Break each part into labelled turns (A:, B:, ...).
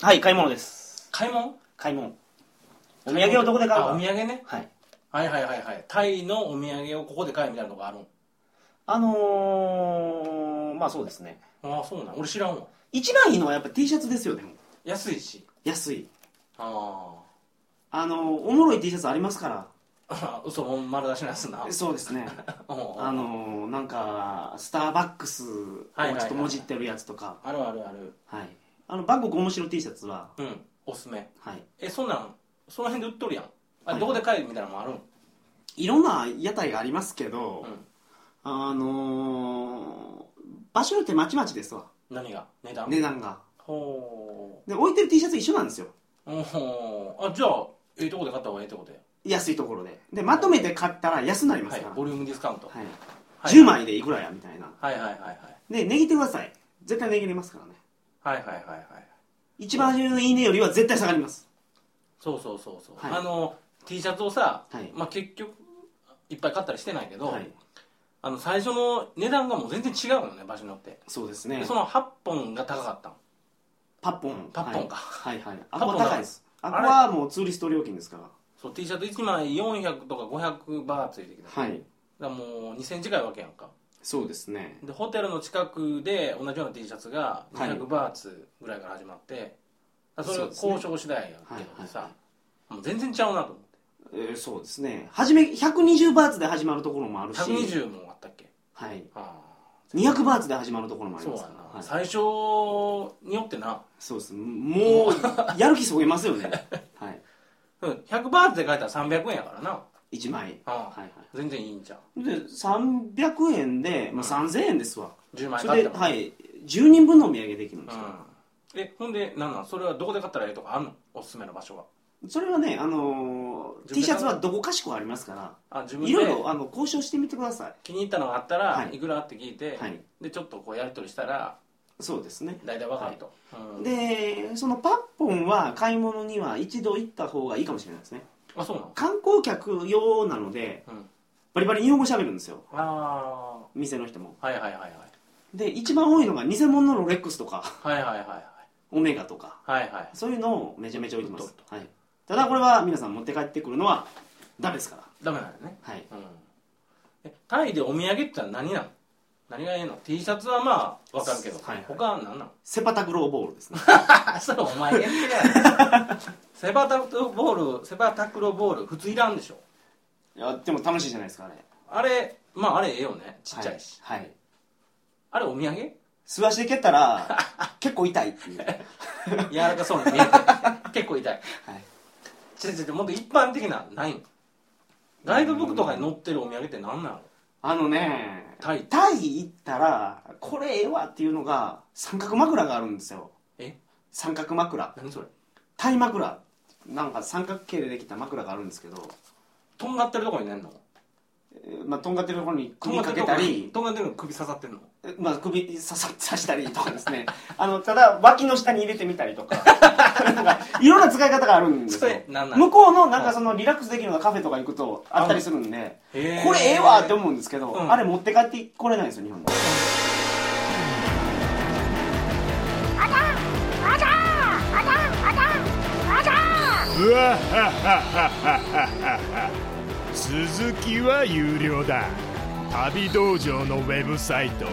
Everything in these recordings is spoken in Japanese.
A: はい買い物です
B: 買い物
A: 買い物お土産をどこで買う
B: あお
A: か
B: 土産ね
A: はい
B: はいはいはいはいタイのお土産をここで買えみたいなのがあるん
A: あのー、まあそうですね
B: ああそうなん俺知らんわ
A: 一番いいのはやっぱ T シャツですよでも
B: 安いし
A: 安い
B: あ
A: あのーおもろい T シャツありますか
B: あ 嘘もん丸出しのやつな
A: らそうですね
B: うん
A: あのーなんかスターバックスを
B: はい
A: ち
B: はいはい
A: ょっともじってるやつとか
B: あるあるある
A: はいあのバンコク面白 T シャツは
B: うんおすすめ
A: はい
B: えそんなんその辺で売っとるやんあ、
A: はい
B: どこで買えみたいなのもあるん
A: いろんな屋台がありますけど、
B: うん
A: あのー場所によってまちまちですわ
B: 何が値段
A: 値段が
B: ほ
A: で置いてる T シャツ一緒なんですよ
B: ううんあじゃあええとこで買った方がええってことや
A: 安いところででまとめて買ったら安になりま
B: は
A: す
B: い
A: から、は
B: ボリュームディスカウント
A: い
B: はい
A: 10枚でいくらやみたいな
B: はいはいはいはい
A: で値切ってください絶対値切れますからね
B: はいはいはいはい
A: 一番初めのいいねよりは絶対下がります
B: そうそうそうそう、
A: はい
B: あの T シャツをさ、
A: はい
B: まあ、結局いっぱい買ったりしてないけど、
A: はい
B: あの最初の値段がもう全然違うのね場所によって、
A: そうですね
B: でその8本が高かったの
A: パッポン
B: パッポンか
A: はい、はいはい
B: パッ
A: あこ
B: ポン
A: は高いですあ
B: 高い
A: こはもうツーリスト料金ですから
B: そう T シャツ1枚400とか500バーついてきた、だか
A: はい
B: らもう2000近いわけやんか
A: そうですね
B: でホテルの近くで同じような T シャツが
A: はい
B: 200バーツぐらいから始まって、だからそ
A: そ
B: れ
A: うですね
B: 交渉次第やけどさ、
A: はいは
B: もう全然ちゃうなと思って
A: えーそうですね初め120バーツで始まるところもあるし
B: 120もあったっけ
A: はい、
B: あ
A: 200バーツで始まるところも
B: あ
A: あり
B: そう
A: ま
B: や
A: す
B: な
A: か、ら、はい、
B: 最初によってな
A: そうですもうやる気そげますよねはい
B: うん100バーツで書いたら300円やからな、
A: 1枚
B: あ
A: はいは
B: 全然いいんじゃん
A: いで300円で、まあ、3000円ですわ
B: 10枚
A: そ
B: 買
A: れ
B: っ
A: で、
B: たら、
A: はい、10人分のお土産できるん
B: う
A: ですよ、
B: ん、えほんでなんなんそれはどこで買ったらええとかあんのおすすめの場所は
A: それはね、あのー、
B: 自分で
A: T シャツはどこかしこありますか
B: あ自
A: ら
B: 分
A: いろい
B: で
A: ろあの交渉してみてくださ
B: 気に入ったのがあったら、
A: はい
B: い、くらって聞いて、
A: はい
B: でちょっとこうやり取りしたら
A: いそうですね
B: 大体わかると、うん
A: でそのパッポンは買い物には一度行った方がいいかもしれないですね
B: あそうなの
A: 観光客用なので
B: うん
A: バリバリ日本語喋るんですよ
B: あ
A: 店の人も
B: あはいはいはいはい
A: で一番多いのが偽物のロレックスとか
B: はいはいはい
A: オメガとか
B: はいはいはい
A: そういうのをめちゃめちゃ置いてます、はい、ただこれは皆さん持って帰ってくるのはダメですから
B: ダメなんよね
A: はい
B: うんえタイでお土産ってのは何なの何がええの T シャツはまあわかるけど、
A: はいはい
B: 他は何 なの
A: セパタクローボールですね
B: あそれお前言ってやろ セパタクロボールセパタクロボール普通いらんでしょ
A: いやでも楽しいじゃないですかあれ
B: あれまああれええよねちっちゃいし、
A: はい、はい、
B: あれお土産
A: 素足で蹴ったら 結構痛い っていう、はい、
B: 柔らかそうに見えて 結構痛いちょちょちょもっと一般的なないのガイドブックとかに載ってるお土産って何なの
A: あのね
B: タイ
A: タイ行ったらこれええわっていうのが三角枕があるんですよ
B: え
A: 三角枕
B: 何それ
A: タイ枕なんか三角形でできた枕があるんですけど、
B: とんがってるとこに寝んの
A: えーまあ、とんがってるところに首かけたり
B: とんがってるの首刺さってんの
A: まあ、首刺さ刺したりとかですね あのただ脇の下に入れてみたりとか なんかいろんな使い方があるんです
B: そ
A: よ
B: れ何なの
A: 向こうのなんかそのリラックスできるようなカフェとか行くとあったりするんで
B: これ
A: これええわって思うんですけど、
B: うん
A: あれ持って帰ってこれないんですよ日本に
C: うわはははははは続きは有料だ旅道場のウェブサイト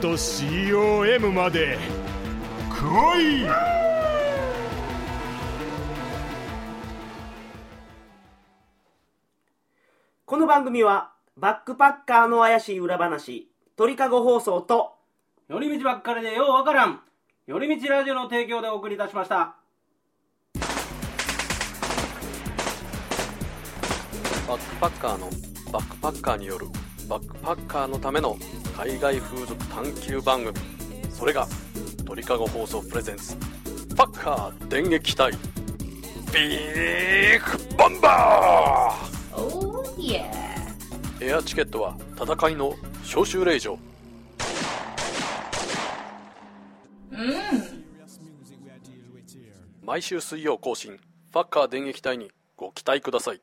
C: tabidojo.com まで来い
D: この番組はバックパッカーの怪しい裏話鳥かご放送と
E: 寄り道ばっかりでようわからん寄り道ラジオの提供でお送りいたしました
F: バックパッカーのバックパッカーによるバックパッカーのための海外風俗探求番組それが鳥かご放送プレゼンツパッカー電撃隊ビッグバンバ
G: Oh, yeah.
F: ーエアチケットは戦いの招集令状
G: Mm.
F: 毎週水曜更新パッカー電撃隊にご期待ください